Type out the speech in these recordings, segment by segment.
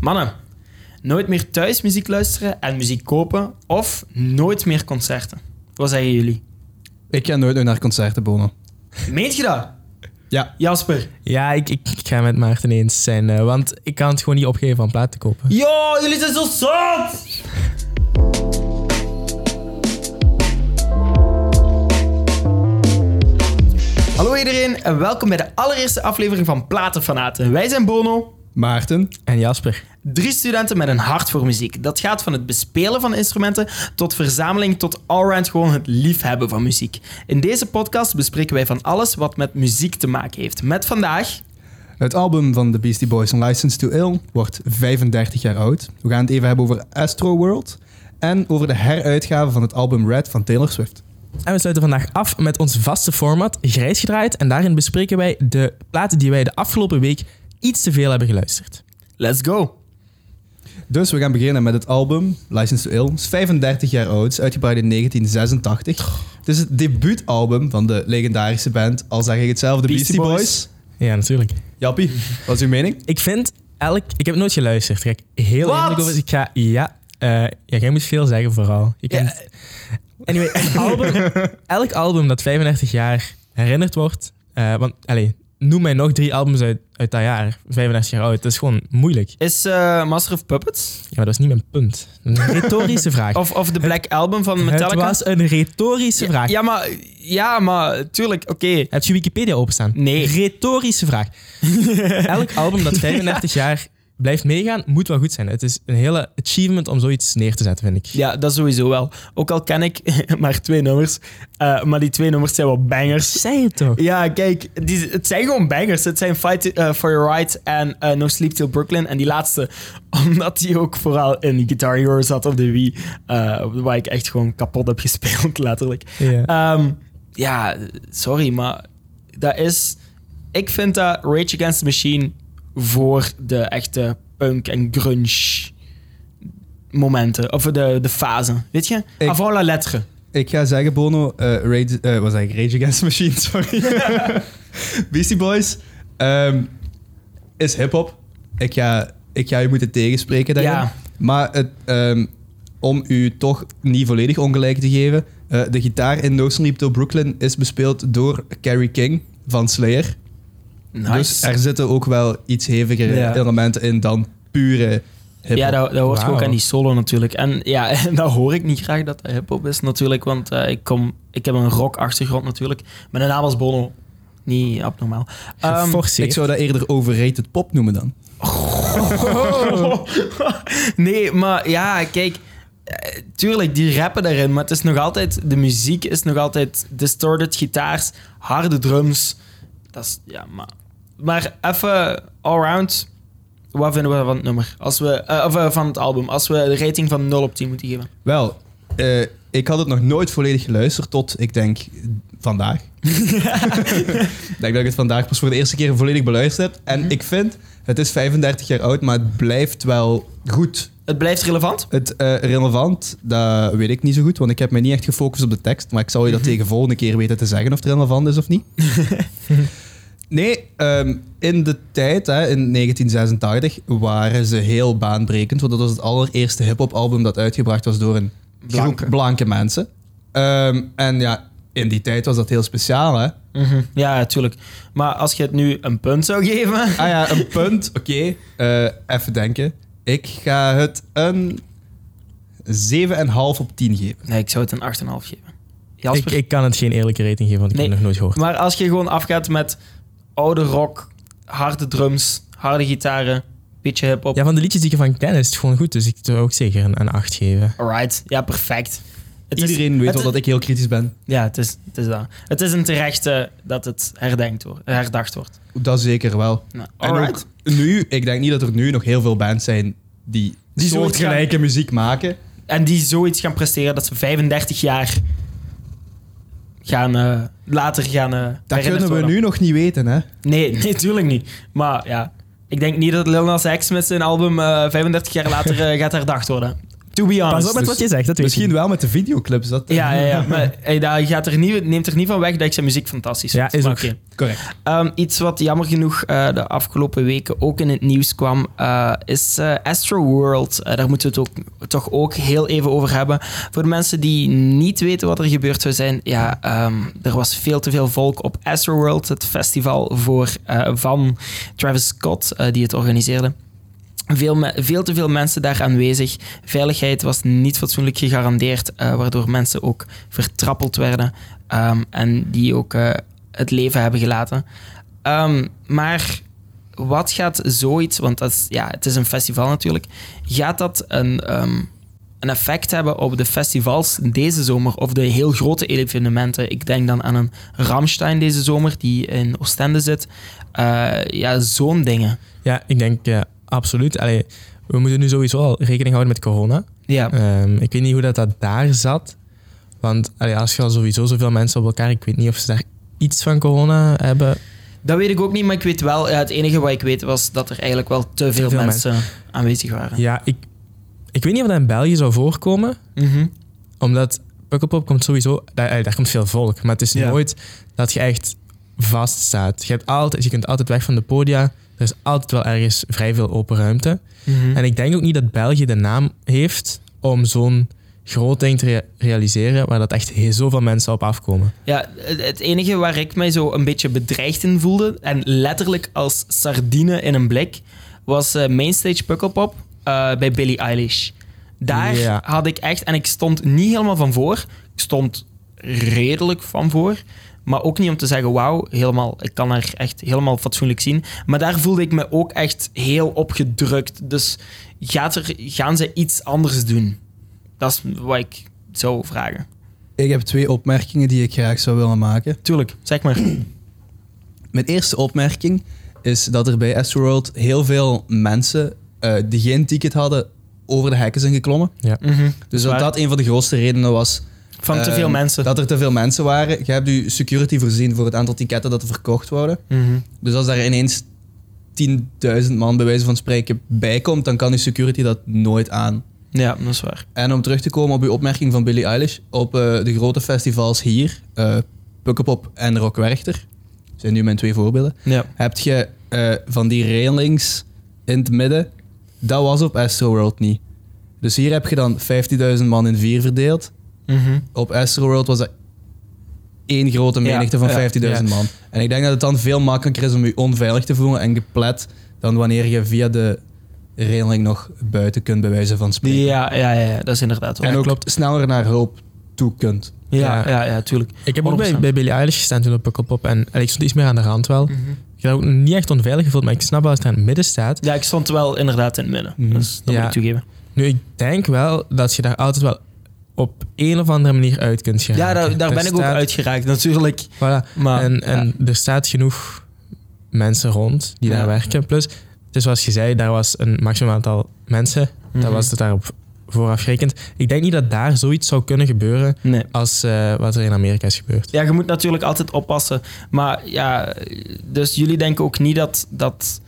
Mannen, nooit meer thuis muziek luisteren en muziek kopen of nooit meer concerten. Wat zeggen jullie? Ik ga nooit meer naar concerten, Bono. Meent je dat? Ja. Jasper. Ja, ik, ik, ik ga met Maarten eens zijn, eh, want ik kan het gewoon niet opgeven om plaat te kopen. Yo, jullie zijn zo zot! Hallo iedereen en welkom bij de allereerste aflevering van Platenfanaten. Wij zijn Bono. Maarten? En Jasper. Drie studenten met een hart voor muziek. Dat gaat van het bespelen van instrumenten tot verzameling tot allround gewoon het liefhebben van muziek. In deze podcast bespreken wij van alles wat met muziek te maken heeft. Met vandaag Het album van The Beastie Boys, License to Ill, wordt 35 jaar oud. We gaan het even hebben over Astro World en over de heruitgave van het album Red van Taylor Swift. En we sluiten vandaag af met ons vaste format, Grijs gedraaid. En daarin bespreken wij de platen die wij de afgelopen week iets te veel hebben geluisterd. Let's Go. Dus we gaan beginnen met het album License to Ill. Het is 35 jaar oud, is uitgebracht in 1986. Het is het debuutalbum van de legendarische band, al zeg ik hetzelfde, The Beastie Beastie, Boys. Ja, natuurlijk. Jappie, wat is uw mening? Ik vind elk... Ik heb nooit geluisterd. Kijk, heel Wat? eerlijk over... Ik ga... Ja, eh, ja, jij moet veel zeggen vooral. Je Ja. kent- Anyway, een album, elk album dat 35 jaar herinnerd wordt... eh, want, allez, noem mij nog drie albums uit, uit dat jaar. 35 jaar oud. Dat is gewoon moeilijk. Is eh, Master of Puppets Ja, maar dat is niet mijn punt. Een retorische vraag. of, of The Black Album van Metallica? Het was een retorische Ja, vraag. Ja, maar, ja, maar tuurlijk, oké. Heb je Wikipedia openstaan? Nee. Retorische vraag. Elk album dat 35 jaar blijft meegaan, moet wel goed zijn. Het is een hele achievement om zoiets neer te zetten, vind ik. Ja, dat sowieso wel. Ook al ken ik maar twee nummers, eh, maar die twee nummers zijn wel bangers. Zei het toch? Ja, kijk, die, het zijn gewoon bangers. Het zijn Fight eh, for Your Right en eh, No Sleep Till Brooklyn. En die laatste, omdat die ook vooral in Guitar Hero zat op de Wii, eh, waar ik echt gewoon kapot heb gespeeld, letterlijk. Ja. Ehm, ja, sorry, maar dat is... Ik vind dat Rage Against the Machine voor de echte punk en grunge momenten, of de, de fase, weet je? Ik- Avant la lettre. Ik ga zeggen, Bono, eh Rage, eh, wat zeg ik? Rage Against the Machine, sorry. Beastie Boys ehm, is hip-hop. Ik ga, ik ga u moeten tegenspreken daarin. Ja. Maar het, ehm, om u toch niet volledig ongelijk te geven, eh, de gitaar in No Sleep Till Brooklyn is bespeeld door Carrie King van Slayer. Nice. Dus er zitten ook wel iets hevigere Ja. elementen in dan pure hip-hop. Ja, dat, dat hoort Wauw. ook aan die solo natuurlijk. En ja, en dat hoor ik niet graag dat dat hip-hop is natuurlijk, want eh, ik, kom, ik heb een rock-achtergrond natuurlijk. Mijn naam was Bono. Niet abnormaal. Ehm, Geforceerd. Ik zou dat eerder overrated pop noemen dan. nee, maar ja, kijk. eh, Tuurlijk, die rappen daarin, maar het is nog altijd... De muziek is nog altijd distorted gitaars, harde drums. Dat is... Ja, maar... Maar even allround. Wat vinden we van het nummer? Als we, eh, of eh, van het album. Als we de rating van 0 op 10 moeten geven. Wel, eh, ik had het nog nooit volledig geluisterd tot, ik denk, vandaag. ik denk dat ik het vandaag pas voor de eerste keer volledig beluisterd heb. En ik vind, het is 35 jaar oud, maar het blijft wel goed. Het blijft relevant. Het eh, relevant, dat weet ik niet zo goed, want ik heb me niet echt gefocust op de tekst. Maar ik zal je dat tegen volgende keer weten te zeggen of het relevant is of niet. nee, ehm, in de tijd, hè, in 1986, waren ze heel baanbrekend. Want dat was het allereerste hip-hop album dat uitgebracht was door een Blanke. groep blanke mensen. Ehm, en ja, in die tijd was dat heel speciaal, hè? Mhm. Ja, tuurlijk. Maar als je het nu een punt zou geven... Ah ja, een punt. Oké, eh, even denken. Ik ga het een 7,5 op 10 geven. Nee, ik zou het een 8,5 geven. ik, Jasper? ik kan het geen eerlijke rating geven, want ik heb Nee. het nog nooit gehoord. Maar als je gewoon afgaat met oude rock, harde drums, harde gitaren, beetje hip-hop. Ja, van de liedjes die ik ervan ken is het gewoon goed, dus ik zou ook zeker een, een 8 geven. Alright, ja, perfect. Het is- Iedereen weet het wel is- dat ik heel kritisch ben. Ja, het is, het is dat. Het is een terechte dat het herdenkt wordt, herdacht wordt. Dat zeker wel. Nou, En alright. ook nu, ik denk niet dat er nu nog heel veel bands zijn die, Die zoiets soortgelijke muziek maken. En die zoiets gaan presteren dat ze 35 jaar gaan, eh, later gaan eh Dat herinnerd kunnen we worden. nu nog niet weten, hè? Nee, nee, tuurlijk niet. Maar ja, ik denk niet dat Lil Nas X met zijn album eh, 35 jaar later eh, gaat herdacht worden. To be honest. Pas op met wat je zegt, dat weet Misschien ik. wel met de videoclips. Dat, Ja, ja, ja. Maar hey, dat gaat er niet, neemt er niet van weg dat ik zijn muziek fantastisch Ja, vind. is Maar ook. oké. Correct. Ehm, iets wat jammer genoeg eh, de afgelopen weken ook in het nieuws kwam, eh, is eh, Astro World. Eh, daar moeten we het ook, toch ook heel even over hebben. Voor de mensen die niet weten wat er gebeurd zou zijn, ja, ehm, er was veel te veel volk op Astro World, het festival voor, eh, van Travis Scott, eh, die het organiseerde. Veel, me- veel te veel mensen daar aanwezig. Veiligheid was niet fatsoenlijk gegarandeerd, eh, waardoor mensen ook vertrappeld werden ehm, en die ook eh, het leven hebben gelaten. Ehm, maar wat gaat zoiets, want dat is, ja, het is een festival natuurlijk, gaat dat een, ehm, een effect hebben op de festivals deze zomer of de heel grote evenementen? Ik denk dan aan een Ramstein deze zomer die in Oostende zit. Eh, ja, zo'n dingen. Ja, ik denk ja, absoluut. Allee, we moeten nu sowieso al rekening houden met corona. Ja, Ehm, ik weet niet hoe dat, dat daar zat. Want allee, als je al sowieso zoveel mensen op elkaar... Ik weet niet of ze daar iets van corona hebben. dat weet ik ook niet, maar ik weet wel, ja, het enige wat ik weet was dat er eigenlijk wel te veel, veel mensen aanwezig waren. Ja, ik, ik weet niet of dat in België zou voorkomen. Mhm. Omdat Pukkelpop komt sowieso... Daar, allee, daar komt veel volk. Maar het is Ja. nooit dat je echt vast staat. Je, hebt altijd, je kunt altijd weg van de podia. Er is altijd wel ergens vrij veel open ruimte. Mhm. En ik denk ook niet dat België de naam heeft om zo'n groot ding te rea- realiseren waar dat echt he- zoveel mensen op afkomen. Ja, het het enige waar ik mij zo een beetje bedreigd in voelde, en letterlijk als sardine in een blik, was eh, Mainstage Pukkelpop eh, bij Billie Eilish. Daar Ja. had ik echt, en ik stond niet helemaal van voor, ik stond redelijk van voor, maar ook niet om te zeggen, wauw, helemaal, ik kan haar echt helemaal fatsoenlijk zien. Maar daar voelde ik me ook echt heel opgedrukt. Dus gaat er, gaan ze iets anders doen? Dat is wat ik zou vragen. Ik heb twee opmerkingen die ik graag zou willen maken. Tuurlijk, zeg maar. Mijn eerste opmerking is dat er bij Astroworld heel veel mensen eh, die geen ticket hadden over de hekken zijn geklommen. Mhm. Dus Waar- dat dat een van de grootste redenen was Van te eh, veel mensen. dat er te veel mensen waren. Je hebt je security voorzien voor het aantal ticketten dat er verkocht worden. Mhm. Dus als daar ineens 10.000 man bij wijze van spreken bij komt, dan kan je security dat nooit aan. Ja, dat is waar. En om terug te komen op uw opmerking van Billie Eilish, op eh, de grote festivals hier, eh Pukkelpop en Rock Werchter, zijn nu mijn twee voorbeelden, Ja. heb je eh, van die railings in het midden, dat was op Astroworld niet. Dus hier heb je dan 15.000 man in vier verdeeld. Mhm. Op Astroworld was dat één grote Ja, menigte ja, van 15.000 man. En ik denk dat het dan veel makkelijker is om je onveilig te voelen en geplet dan wanneer je via de railing nog buiten kunt, bij wijze van spreken. Ja, ja, ja, ja, dat is inderdaad waar. En ook klopt. sneller naar hulp toe kunt. Ja, ja, ja, tuurlijk. Ik heb ook bij, 100%. bij Billie Eilish gestaan toen op Pukkelpop en, en ik stond iets meer aan de rand wel. Mhm. Ik heb ook niet echt onveilig gevoeld, maar ik snap wel als het aan het midden staat. Ja, ik stond wel inderdaad in het midden. Mhm. Dus dat Ja. moet ik toegeven. Nu, ik denk wel dat je daar altijd wel op een of andere manier uit kunt Ja, geraken. daar, daar Er ben ik ook staat- uitgeraakt, natuurlijk. Voilà. Maar, en en ja. er staat genoeg mensen rond die Ja. daar werken. Plus, dus zoals je zei, daar was een maximaal aantal mensen. Mhm. Dat was het daarop vooraf gerekend. Ik denk niet dat daar zoiets zou kunnen gebeuren Nee. als eh, wat er in Amerika is gebeurd. Ja, je moet natuurlijk altijd oppassen. Maar ja, dus jullie denken ook niet dat, dat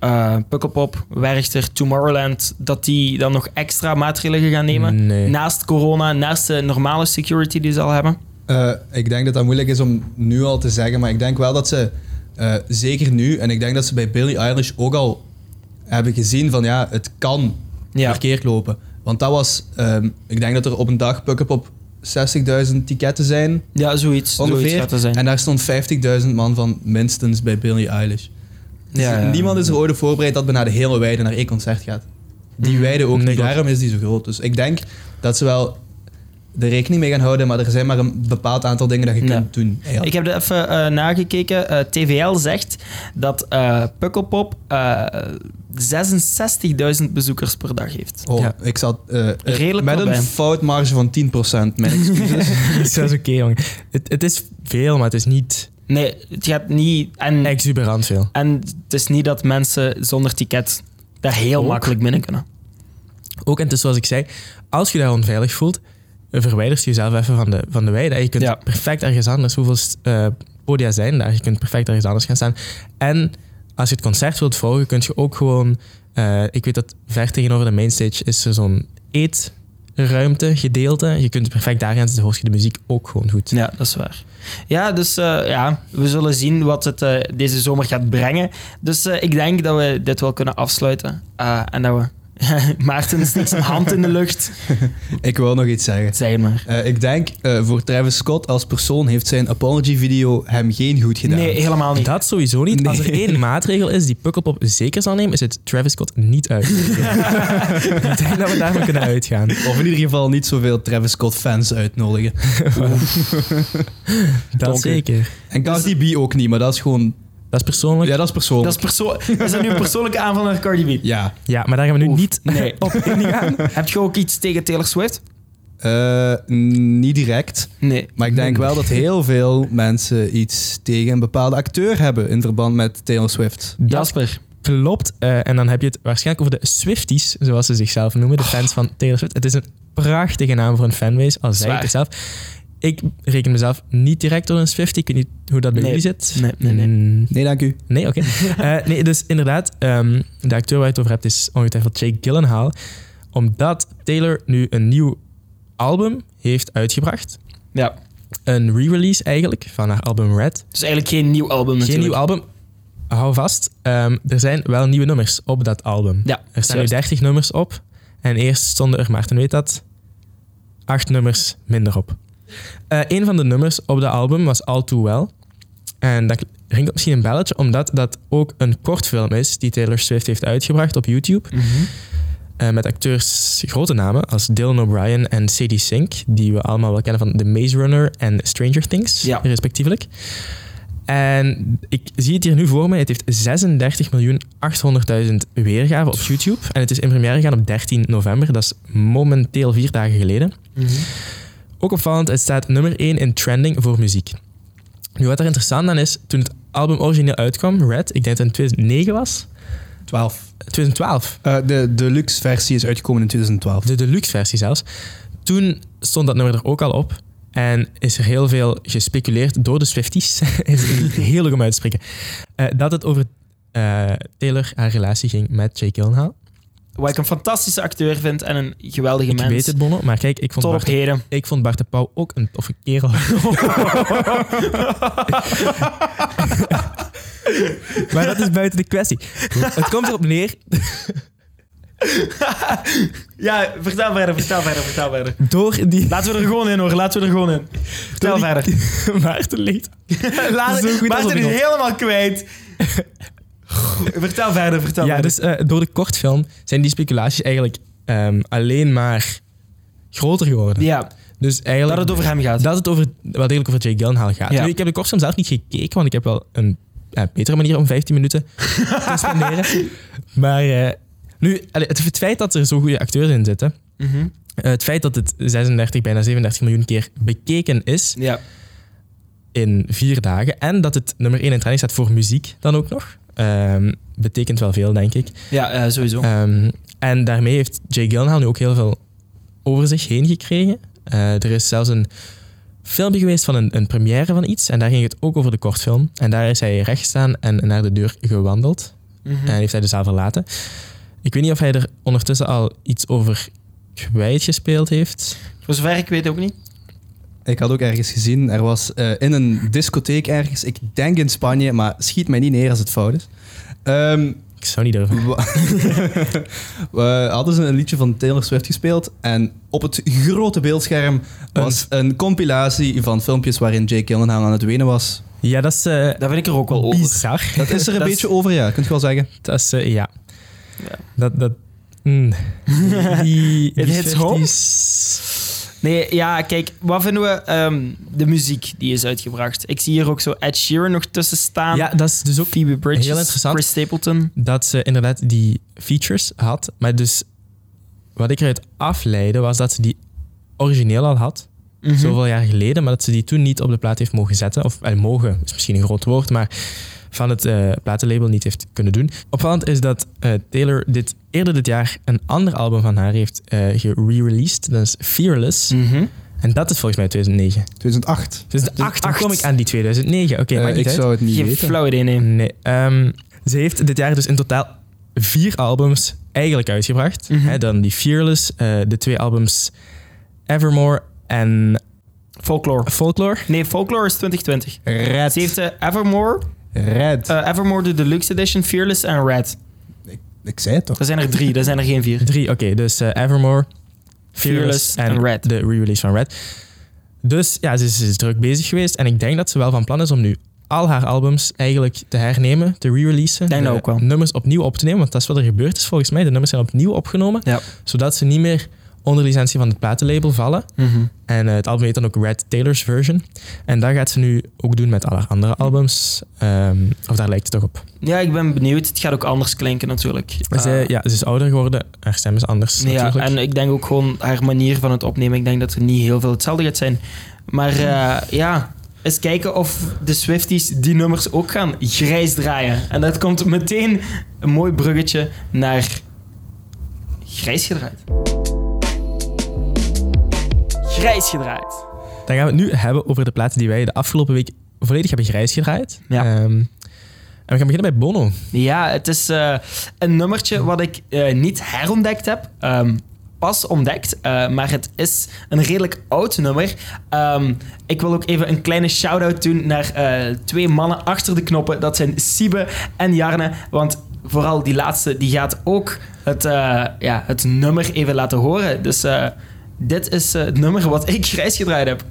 eh, Pukkelpop, Werchter, Tomorrowland, dat die dan nog extra maatregelen gaan nemen? Nee. Naast corona, naast de normale security die ze al hebben? Eh, ik denk dat dat moeilijk is om nu al te zeggen, maar ik denk wel dat ze, eh, zeker nu, en ik denk dat ze bij Billie Eilish ook al hebben gezien van ja, het kan Ja. verkeerd lopen. Want dat was, ehm, ik denk dat er op een dag pick-up op 60.000 ticketten zijn, Ja, zoiets. zoiets ongeveer. gaat er zijn. En daar stond 50.000 man van minstens bij Billie Eilish. Dus Ja, ja. niemand is er ooit op voorbereid dat men naar de hele weide naar één concert gaat. Die Mhm. weide ook Nee, niet, klopt. daarom is die zo groot. Dus ik denk dat ze wel er rekening mee gaan houden, maar er zijn maar een bepaald aantal dingen dat je Ja. kunt doen. Ja. Ik heb er even eh, nagekeken. Eh, TVL zegt dat eh, Pukkelpop eh 66.000 bezoekers per dag heeft. Oh, Ja. ik zat eh, eh, Redelijk met wel een bij. foutmarge van 10%. Mijn excuses. Dus dat is oké, jongen. Het, het is veel, maar het is niet Nee, het gaat niet. En, exuberant veel. en het is niet dat mensen zonder ticket daar heel Ook. makkelijk binnen kunnen. Ook, en het is zoals ik zei, als je daar onveilig voelt, eh, verwijder je jezelf even van de, van de weide. Je kunt Ja. perfect ergens anders, hoeveel eh, podia zijn daar, je kunt perfect ergens anders gaan staan. En als je het concert wilt volgen, kun je ook gewoon, eh, ik weet dat ver tegenover de mainstage is er zo'n eet, ruimte, gedeelte. Je kunt het perfect daarin zetten, dan hoor je de muziek ook gewoon goed. Ja, dat is waar. Ja, dus eh, ja, we zullen zien wat het eh, deze zomer gaat brengen. Dus eh, ik denk dat we dit wel kunnen afsluiten. Eh, en dat we... Maarten steekt zijn hand in de lucht. Ik wil nog iets zeggen. Zeg het maar. Eh, ik denk, eh, voor Travis Scott als persoon heeft zijn apology-video hem geen goed gedaan. Nee, helemaal niet. Dat sowieso niet. Als er één maatregel is die Pukkelpop zeker zal nemen, is het Travis Scott niet uit. ik denk dat we daarvan kunnen uitgaan. Of in ieder geval niet zoveel Travis Scott-fans uitnodigen. Dat Donker. zeker. En Cardi B ook niet, maar dat is gewoon... Dat is persoonlijk. Ja, Ja, dat is persoonlijk. Dus- Dat is, perso- is dat nu een persoonlijke aanval naar Cardi B? Ja. maar daar gaan we nu Oef, niet nee. op ingaan. Heb je ook iets tegen Taylor Swift? Eh, niet direct. Nee. Maar ik denk wel dat heel veel mensen iets tegen een bepaalde acteur hebben in verband met Taylor Swift. Jasper. Klopt. eh, en dan heb je het waarschijnlijk over de Swifties, zoals ze zichzelf noemen. De Oh. fans van Taylor Swift. Het is een prachtige naam voor een fanbase, al zei ik Zwaar. het zelf. Ik reken mezelf niet direct door een Swiftie. Ik weet niet hoe dat bij Nee. jullie zit. Nee, nee, nee. Mm, Nee, dank u. Nee, oké. Eh, nee, dus inderdaad, ehm, de acteur waar je het over hebt is ongetwijfeld Jake Gyllenhaal. Omdat Taylor nu een nieuw album heeft uitgebracht. Ja. Een re-release eigenlijk van haar album Red. Dus eigenlijk geen nieuw album natuurlijk. Geen nieuw album. Hou vast, ehm, er zijn wel nieuwe nummers op dat album. Ja, Er staan nu juist. 30 nummers op. En eerst stonden er, Maarten weet dat, acht nummers minder op. Eh een van de nummers op dat album was All Too Well. En dat ringt misschien een belletje, omdat dat ook een kortfilm is die Taylor Swift heeft uitgebracht op YouTube. Mhm. Eh, met acteurs grote namen als Dylan O'Brien en Sadie Sink, die we allemaal wel kennen van The Maze Runner en Stranger Things, Ja. respectievelijk. En ik zie het hier nu voor me. Het heeft 36.800.000 weergaven op YouTube. En het is in première gegaan op 13 november. Dat is momenteel vier dagen geleden. Mhm. Ook opvallend, het staat nummer 1 in trending voor muziek. Nu, wat er interessant aan is, toen het album origineel uitkwam, Red, ik denk dat het in 2009 was, 12. 2012, Eh, de deluxe versie is uitgekomen in 2012. de deluxe versie zelfs. Toen stond dat nummer er ook al op. En is er heel veel gespeculeerd door de Swifties. is heerlijk om uit te spreken. eh, dat het over eh, Taylor, haar relatie ging met Jake Gyllenhaal. Wat ik een fantastische acteur vind en een geweldige Ik mens. weet het, Bono. Maar kijk, ik vond, Tot op Bart, heden. ik vond Bart de Pauw ook een toffe kerel. maar dat is buiten de kwestie. Het komt erop neer Ja, vertel verder, vertel verder, vertel verder. door die... Laten we er gewoon in hoor, laten we er gewoon in. Vertel Door die- verder. Maarten leed. Laat, Zo goed Maarten is onderbedoeld. helemaal kwijt. vertel verder, vertel Ja, verder. dus eh, door de kortfilm zijn die speculaties eigenlijk ehm, alleen maar groter geworden. ja, Dus dat eigenlijk het over hem gaat. dat het over, wel degelijk over Jake Gyllenhaal gaat. Ja. Nu, ik heb de kortfilm zelf niet gekeken, want ik heb wel een eh, betere manier om 15 minuten te spenderen. Maar eh, nu, allee, het, het feit dat er zo goede acteurs in zitten, Mhm. eh, het feit dat het 36, bijna 37 miljoen keer bekeken is Ja. in vier dagen en dat het nummer 1 in training staat voor muziek dan ook nog, ehm, betekent wel veel, denk ik. Ja, eh, sowieso. Ehm, en daarmee heeft Jay Gyllenhaal nu ook heel veel over zich heen gekregen. Eh, er is zelfs een filmpje geweest van een, een première van iets. En daar ging het ook over de kortfilm. En daar is hij recht staan en naar de deur gewandeld. Mhm. En heeft hij de zaal verlaten. Ik weet niet of hij er ondertussen al iets over kwijtgespeeld heeft. Voor zover ik weet ook niet. Ik had ook ergens gezien, er was eh, in een discotheek ergens, ik denk in Spanje, maar schiet mij niet neer als het fout is. Ehm, Ik zou niet durven. wa- we hadden ze een liedje van Taylor Swift gespeeld en op het grote beeldscherm was een compilatie van filmpjes waarin Jake Gyllenhaal aan het wenen was. Ja, dat is eh, Daar vind ik er ook wel over. bizar. Dat is er een Dat is- beetje over, ja, kunt je wel zeggen. Dat is, eh, ja. Ja. Dat, dat... mm. Die, It die hits home? 50s. Nee, ja, kijk, wat vinden we? ehm, de muziek die is uitgebracht. Ik zie hier ook zo Ed Sheeran nog tussen staan. Ja, dat is dus ook Phoebe Bridges, Heel interessant. Chris Stapleton. dat ze inderdaad die features had. Maar dus wat ik eruit afleidde was dat ze die origineel al had, Mhm. zoveel jaar geleden, maar dat ze die toen niet op de plaat heeft mogen zetten. Of eh, mogen is misschien een groot woord, maar van het eh, platenlabel niet heeft kunnen doen. Opvallend is dat eh, Taylor dit, eerder dit jaar een ander album van haar heeft eh gereleased. Dat is Fearless. Mhm. En dat is volgens mij 2009. 2008. Dus de Dus 8, acht. kom ik aan die 2009? Oké, Eh, maakt niet ik uit. zou het niet Geen weten. flauw idee, nee. Nee. ehm, ze heeft dit jaar dus in totaal vier albums eigenlijk uitgebracht. Mhm. Hè, dan die Fearless, eh, de twee albums Evermore en Folklore. Folklore. Nee, Folklore is 2020. Red. Ze heeft eh, Evermore, Red. eh, Evermore de Deluxe Edition, Fearless en Red. ik zei het toch? Dat zijn er drie, dat zijn er geen vier. Drie, oké. dus eh, Evermore, Mhm. Fearless Fearless, en Red. de re-release van Red. Dus ja, ze is, ze is druk bezig geweest. En ik denk dat ze wel van plan is om nu al haar albums eigenlijk te hernemen, te re-releasen. Denk dat de ook wel. Nummers opnieuw op te nemen, want dat is wat er gebeurd is volgens mij. De nummers zijn opnieuw opgenomen, Ja. zodat ze niet meer onder licentie van het platenlabel vallen. Mhm. En eh, het album heet dan ook Red Taylor's Version. En dat gaat ze nu ook doen met al haar andere albums. Ehm, of daar lijkt het toch op. Ja, ik ben benieuwd. Het gaat ook anders klinken natuurlijk. En ze, Eh, ja, ze is ouder geworden, haar stem is anders ja, natuurlijk. en ik denk ook gewoon haar manier van het opnemen. Ik denk dat er niet heel veel hetzelfde gaat zijn. Maar eh, ja, eens kijken of de Swifties die nummers ook gaan grijs draaien. En dat komt meteen een mooi bruggetje naar grijs gedraaid. Grijs gedraaid. Dan gaan we het nu hebben over de platen die wij de afgelopen week volledig hebben grijs gedraaid. Ja. Ehm, en we gaan beginnen bij Bono. Ja, het is eh, een nummertje wat ik eh, niet herontdekt heb. Ehm, pas ontdekt, eh, maar het is een redelijk oud nummer. Ehm, ik wil ook even een kleine shout-out doen naar eh, twee mannen achter de knoppen. Dat zijn Siebe en Jarne. Want vooral die laatste die gaat ook het, eh, ja, het nummer even laten horen. Dus eh, dit is eh, het nummer wat ik grijs gedraaid heb.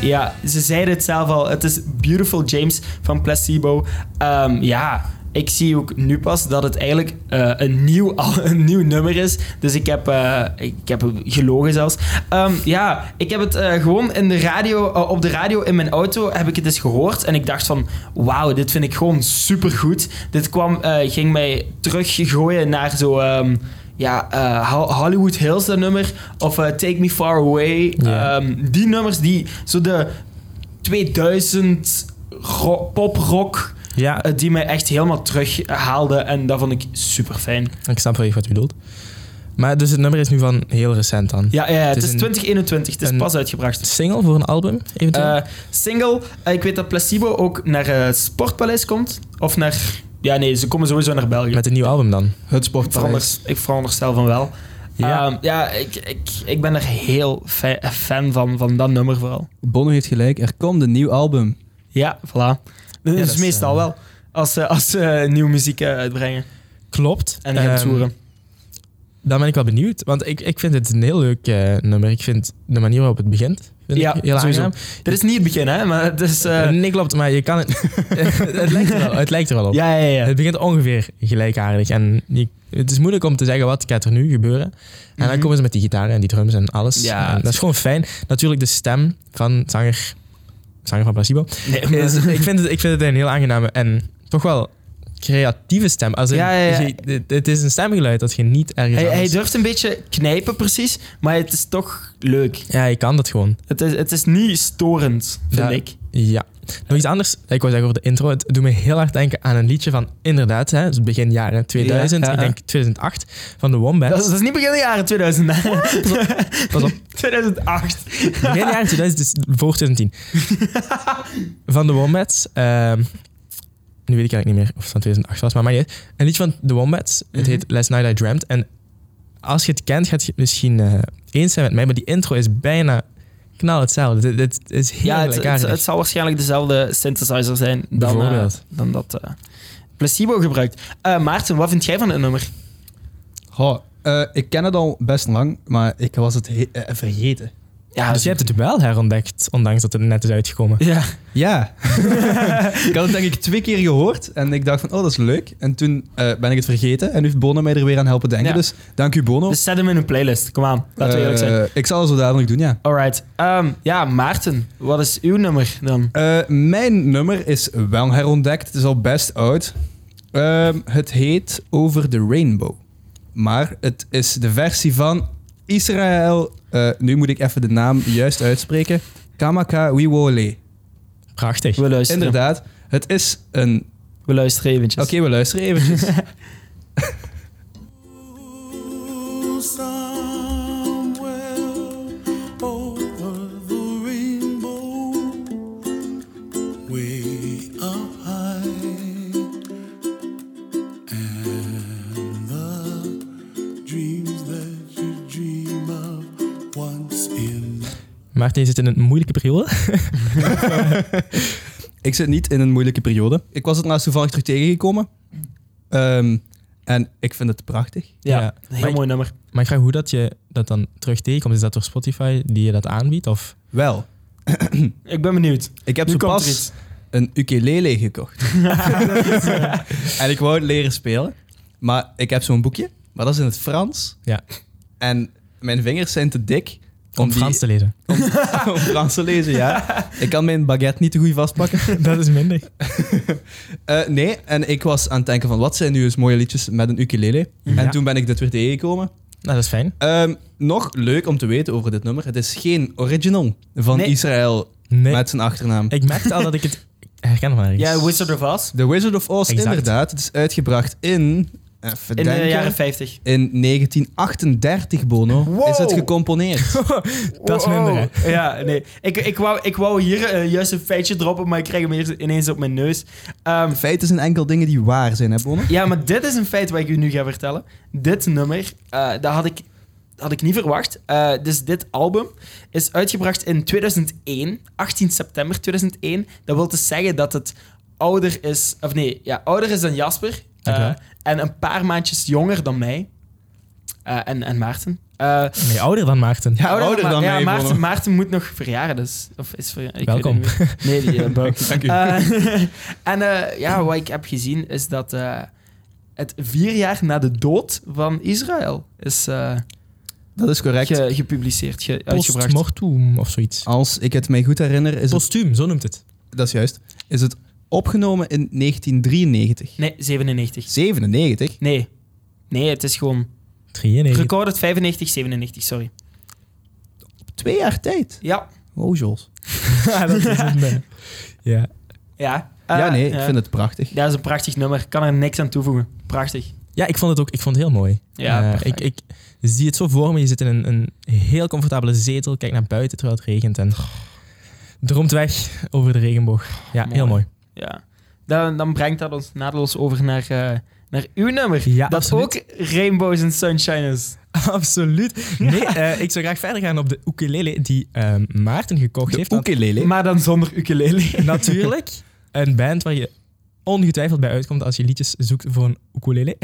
Ja, ze zeiden het zelf al. Het is Beautiful James van Placebo. Ehm, ja, ik zie ook nu pas dat het eigenlijk eh, een, nieuw, al- een nieuw nummer is. Dus ik heb, eh, ik heb gelogen zelfs. Ehm, ja, ik heb het eh, gewoon in de radio, eh, op de radio in mijn auto heb ik het eens gehoord. En ik dacht van, wauw, dit vind ik gewoon supergoed. Dit kwam, eh, ging mij teruggooien naar zo... ehm, ja, eh, Ho- Hollywood Hills, dat nummer. Of eh, Take Me Far Away. Ja. Ehm, die nummers die zo de 2000 ro- poprock Ja, eh, die mij echt helemaal terughaalden. En dat vond ik super fijn. ik snap wel even wat je bedoelt. Maar dus het nummer is nu van heel recent dan. Ja, ja, het, is is een- 2021. Het is een- pas uitgebracht. Single voor een album, eventueel? Eh, single. eh, ik weet dat Placebo ook naar eh, Sportpaleis komt. Of naar... Ja, nee, ze komen sowieso naar België. Met een nieuw album dan. Het Ik verander, sportpaleis. ik veronderstel van wel. Ja. Ja, ja ik, ik, ik ben er heel fa- fan van, van dat nummer vooral. Bono heeft gelijk, er komt een nieuw album. Ja, voilà. Dat dat is is, dus meestal eh, wel. Als ze, als ze nieuwe muziek eh, uitbrengen Klopt. en gaan Ehm, toeren. Dan ben ik wel benieuwd, want ik, ik vind het een heel leuk eh, nummer. Ik vind de manier waarop het begint vind Ja, ik heel sowieso. aangenaam. Dit is niet het begin, hè? Maar het is... eh, nee, klopt, maar je kan het... het, lijkt er wel, het lijkt er wel op. ja, ja, ja. Het begint ongeveer gelijkaardig. En je- het is moeilijk om te zeggen wat gaat er nu gebeuren. En dan Mhm. komen ze met die gitaren en die drums en alles. Ja. En dat is gewoon fijn. Natuurlijk de stem van zanger, zanger van Placebo. Nee, maar- Is, ik, vind het, ik vind het een heel aangename en toch wel creatieve stem. Als in, Ja, ja, ja. je- het- het is een stemgeluid dat je niet ergens hij, hij anders- durft een beetje knijpen, precies. Maar het is toch leuk. Ja, je kan dat gewoon. Het is, het is niet storend, vind Ja. ik. Ja. Nog iets anders. Ik wou zeggen over de intro. Het doet me heel erg denken aan een liedje van inderdaad, hè, het is begin jaren 2000, Ja, ja, ik ja. denk 2008, van de Wombats. Dat is, dat is niet begin jaren 2000. hè. Pas op. 2008. Begin jaren 2000, dus voor 2010. van de Wombats. ehm, nu weet ik eigenlijk niet meer of het van 2008 was, maar, maar niet uit. een liedje van de Wombats. Het Mhm. heet Last Night I Dreamt. En als je het kent, gaat je het misschien eh, eens zijn met mij, maar die intro is bijna knal hetzelfde. Dit, dit is heel Ja, het, het, gelijkaardig. het zal waarschijnlijk dezelfde synthesizer zijn dan, eh, Bijvoorbeeld. dan dat eh, placebo gebruikt. Eh, Maarten, wat vind jij van het nummer? Goh, eh, ik ken het al best lang, maar ik was het he- eh, vergeten. Ja, dus je hebt het wel herontdekt, ondanks dat het net is uitgekomen. ja. Ja. ik had het denk ik twee keer gehoord en ik dacht van, oh, dat is leuk. En toen eh, ben ik het vergeten en nu heeft Bono mij er weer aan helpen denken. Ja. Dus dank u, Bono. Dus zet hem in een playlist. Kom aan, laten we eerlijk zijn. Eh, ik zal het zo dadelijk doen, ja. Alright. Ehm, ja, Maarten, wat is uw nummer dan? Eh, mijn nummer is wel herontdekt. Het is al best oud. Ehm, het heet Over the Rainbow. Maar het is de versie van Israël. eh, nu moet ik even de naam juist uitspreken. Kamaka Wiwole. Prachtig. We luisteren. Inderdaad. Het is een We luisteren eventjes. Oké, we luisteren eventjes. Somewhere over the rainbow, way up high, and the dreams that you dream of once in. Maarten, je zit in een moeilijke periode. Ik zit niet in een moeilijke periode. Ik was het laatst toevallig terug tegengekomen. Ehm, en ik vind het prachtig. Ja, Ja. een Maar heel ik- mooi nummer. Maar ik vraag hoe dat je dat dan terug tegenkomt. Is dat door Spotify die je dat aanbiedt? Of Wel, Ik ben benieuwd. ik heb Nu zo komt er pas iets. een ukulele gekocht. en ik wou het leren spelen. Maar ik heb zo'n boekje, maar dat is in het Frans. Ja. En mijn vingers zijn te dik om, om, die- Frans te lezen? om Frans te lezen, ja. Ik kan mijn baguette niet te goed vastpakken. dat is minder. Eh, nee, en ik was aan het denken van wat zijn nu eens mooie liedjes met een ukulele. En Ja. toen ben ik dit weer tegengekomen. Nou, dat is fijn. Ehm, nog leuk om te weten over dit nummer. Het is geen original van Nee. Israël Nee, met zijn achternaam. ik merkte al dat ik het herken van ergens. Ja, Wizard of Oz. The Wizard of Oz, Exact. inderdaad. Het is uitgebracht in... Even In de denken. jaren 50. In 1938, Bono, Wow. is het gecomponeerd. Dat is Wow. minder, Ja, nee. Ik, ik, wou, ik wou hier eh, juist een feitje droppen, maar ik kreeg hem hier ineens op mijn neus. Ehm, In feite zijn enkel dingen die waar zijn, hè, Bono? ja, maar dit is een feit wat ik u nu ga vertellen. Dit nummer, eh, dat had ik, had ik niet verwacht. Eh, dus dit album is uitgebracht in 2001, 18 september 2001. Dat wil dus zeggen dat het ouder is... Of nee, ja, ouder is dan Jasper. eh, Oké. en een paar maandjes jonger dan mij. Eh, en, en Maarten. Eh, Nee, ouder dan Maarten. Ja, ouder Ma- dan ja, mij, Maarten, Bono. Maarten moet nog verjaren, dus. Of is verja- ik Welkom. weet het niet meer. Nee, die, eh, bro. Dank u. Eh, en eh, ja, wat ik heb gezien is dat eh, het vier jaar na de dood van Israël is eh, dat is correct. ge- gepubliceerd, ge- uitgebracht. Postmortum of zoiets. Als ik het mij goed herinner, Ah, is het... Postuum, zo noemt het. Dat is juist. Is het opgenomen in 1993. Nee, 97. 97? Nee. Nee, het is gewoon. 93. Recorded 95, 97, sorry. Twee jaar tijd. Oh, Ja. Wow, Jules. Ja, dat is het, nee. ja. Eh, Ja, ja, nee, ik vind het prachtig. Dat is een prachtig nummer. Ik kan er niks aan toevoegen. Prachtig. ja, ik vond het ook ik vond het heel mooi. Ja, Eh, perfect. ik, ik zie het zo voor me. Je zit in een, een heel comfortabele zetel. Kijk naar buiten terwijl het regent. En droomt weg over de regenboog. Ja, Mooi. heel mooi. Ja. Dan, dan brengt dat ons naadloos over naar, eh, naar uw nummer. Ja, dat absoluut. ook Rainbows and Sunshine is. Absoluut. Nee, eh, ik zou graag verder gaan op de ukulele die eh, Maarten gekocht heeft. De ukulele. Maar dan zonder ukulele. Want natuurlijk een band waar je ongetwijfeld bij uitkomt als je liedjes zoekt voor een ukulele.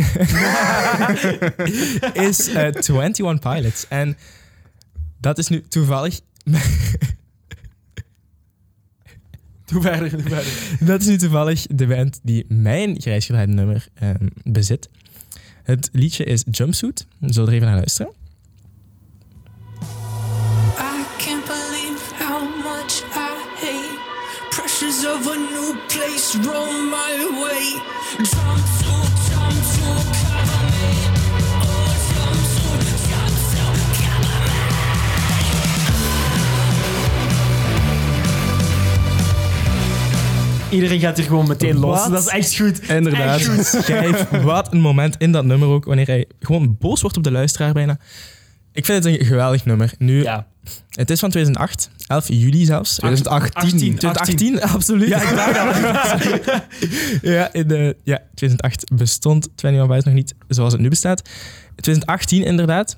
is eh 21 Pilots. En dat is nu toevallig... Doe verder, doe verder. Dat is nu toevallig de band die mijn grijsgedraaid nummer eh, bezit. Het liedje is Jumpsuit. We zullen er even naar luisteren. I can't believe how much I hate pressures of a new place roll my way. Jump to, jump to, cover me. Oh, jump to, jump to, cover me. Iedereen gaat hier gewoon meteen los. Wat? Dat is echt goed. Inderdaad. Echt goed. Schrijf wat een moment in dat nummer ook, wanneer hij gewoon boos wordt op de luisteraar bijna. Ik vind het een geweldig nummer. Nu, Ja. Het is van 2008, 11 juli zelfs. 2018. 18. 2018, absoluut. Ja, ik ja, in de, ja, 2008 bestond 21 Pilots nog niet zoals het nu bestaat. 2018 inderdaad.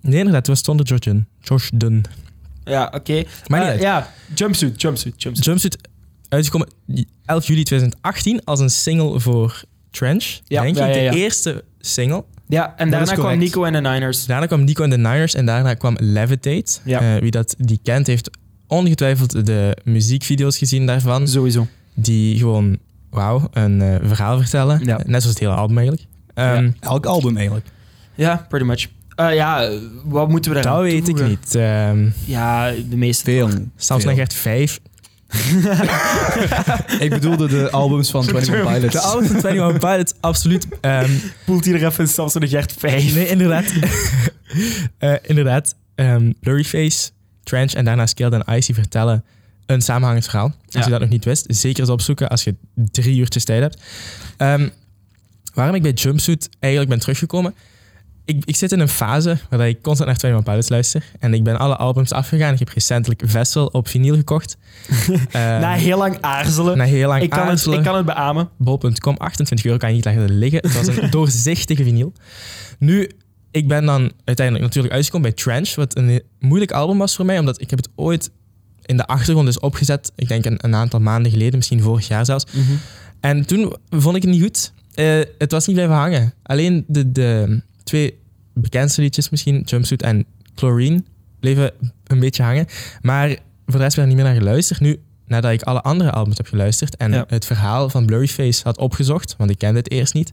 Nee, inderdaad, toen stond er George Dunn. George Dunn. Ja, oké. Maar niet Eh, uit. ja, jumpsuit, jumpsuit, jumpsuit. Jumpsuit uitgekomen 11 juli 2018 als een single voor Trench. Ja, denk ja, ik, ja, ja. de eerste single. Dus Ja, en is daarna kwam correct. Nico en de Niners. Daarna kwam Nico en de Niners en daarna kwam Levitate. Ja. Eh, wie dat die kent, heeft ongetwijfeld de muziekvideo's gezien daarvan. Sowieso. Die gewoon, wauw, een eh, verhaal vertellen. Ja. Net zoals het hele album eigenlijk. Ehm, Elk album eigenlijk. Ja, pretty much. Eh, ja, eh, wat moeten we daar Dat weet ik niet. Ehm Ja, de meeste. Veel. Samson Veel. en Gert 5. Ik bedoelde de albums van 21 Pilots. De oude van 21 Pilots, absoluut. Ehm, Poelt hier even Samson de Gert 5. nee, inderdaad. Eh, inderdaad. Ehm Blurryface, Trench en daarna Skilled en Icy vertellen een samenhangend verhaal. Als Ja. je dat nog niet wist, zeker eens opzoeken als je drie uurtjes tijd hebt. Ehm, waarom ik bij Jumpsuit eigenlijk ben teruggekomen. Ik, ik zit in een fase waar dat ik constant naar Twenty One Pilots luister. En ik ben alle albums afgegaan. Ik heb recentelijk Vessel op vinyl gekocht. Ehm, Na heel lang aarzelen. na heel lang ik, kan het, aarzelen. ik kan het beamen. Bol.com, 28 euro kan je niet laten liggen. Het was een doorzichtige vinyl. Nu, ik ben dan uiteindelijk natuurlijk uitgekomen bij Trench, wat een moeilijk album was voor mij, omdat ik heb het ooit in de achtergrond dus opgezet. Ik denk een, een aantal maanden geleden, misschien vorig jaar zelfs. Mhm. En toen vond ik het niet goed. Eh, het was niet blijven hangen. Alleen de, de twee bekendste liedjes misschien, Jumpsuit en Chlorine, bleven een beetje hangen. Maar voor de rest ben ik er niet meer naar geluisterd. Nu, nadat ik alle andere albums heb geluisterd en Ja. het verhaal van Blurryface had opgezocht, want ik kende het eerst niet,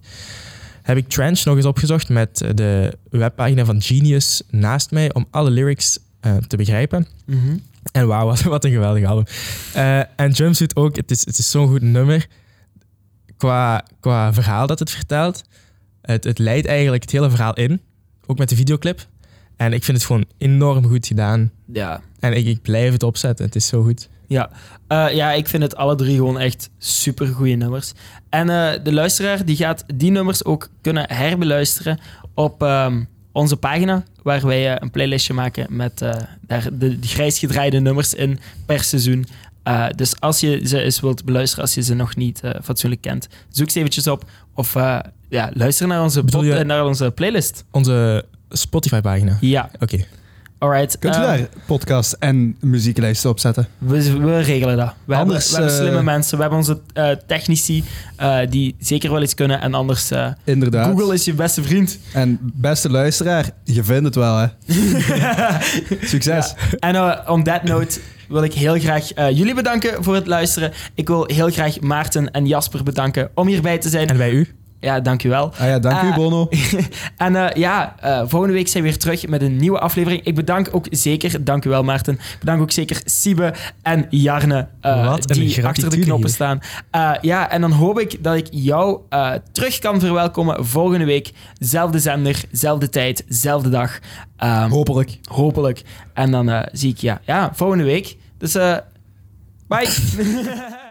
heb ik Trench nog eens opgezocht met eh, de webpagina van Genius naast mij om alle lyrics eh, te begrijpen. Mhm. En wauw, wat, wat een geweldig album. Eh, en Jumpsuit ook, het is, het is zo'n goed nummer. Qua, qua verhaal dat het vertelt. Het, het leidt eigenlijk het hele verhaal in. Ook met de videoclip. En ik vind het gewoon enorm goed gedaan. Ja. En ik, ik blijf het opzetten. Het is zo goed. Ja. Eh, ja, ik vind het alle drie gewoon echt super goede nummers. En eh, de luisteraar die gaat die nummers ook kunnen herbeluisteren op ehm, onze pagina, waar wij eh, een playlistje maken met eh, daar de, de grijs gedraaide nummers in per seizoen. Eh, dus als je ze eens wilt beluisteren, als je ze nog niet eh, fatsoenlijk kent, zoek ze eventjes op of eh, ja, luister naar onze, Bedoel pod- je- eh, naar onze playlist. Onze Spotify-pagina. Ja, Oké. alright. Kunt u Eh, daar podcast en muzieklijsten op zetten? We, we regelen dat. We, hebben, Anders, we hebben slimme eh, mensen. We hebben onze eh, technici eh, die zeker wel iets kunnen. En anders, eh, Inderdaad. Google is je beste vriend. En beste luisteraar, je vindt het wel, hè? Succes. En eh, on that note wil ik heel graag eh, jullie bedanken voor het luisteren. Ik wil heel graag Maarten en Jasper bedanken om hierbij te zijn. En bij u? Ja, dankjewel. Ah ja, dank u, Ah. Bono. En eh, ja, eh, volgende week zijn we weer terug met een nieuwe aflevering. Ik bedank ook zeker, dankjewel Maarten, bedank ook zeker Siebe en Jarne eh, Wat een die gratitude achter de knoppen hier. staan. Eh, ja, en dan hoop ik dat ik jou eh, terug kan verwelkomen volgende week. Zelfde zender, zelfde tijd, zelfde dag. Ehm, Hopelijk. hopelijk. En dan eh, zie ik ja, ja, volgende week. Dus eh, bye.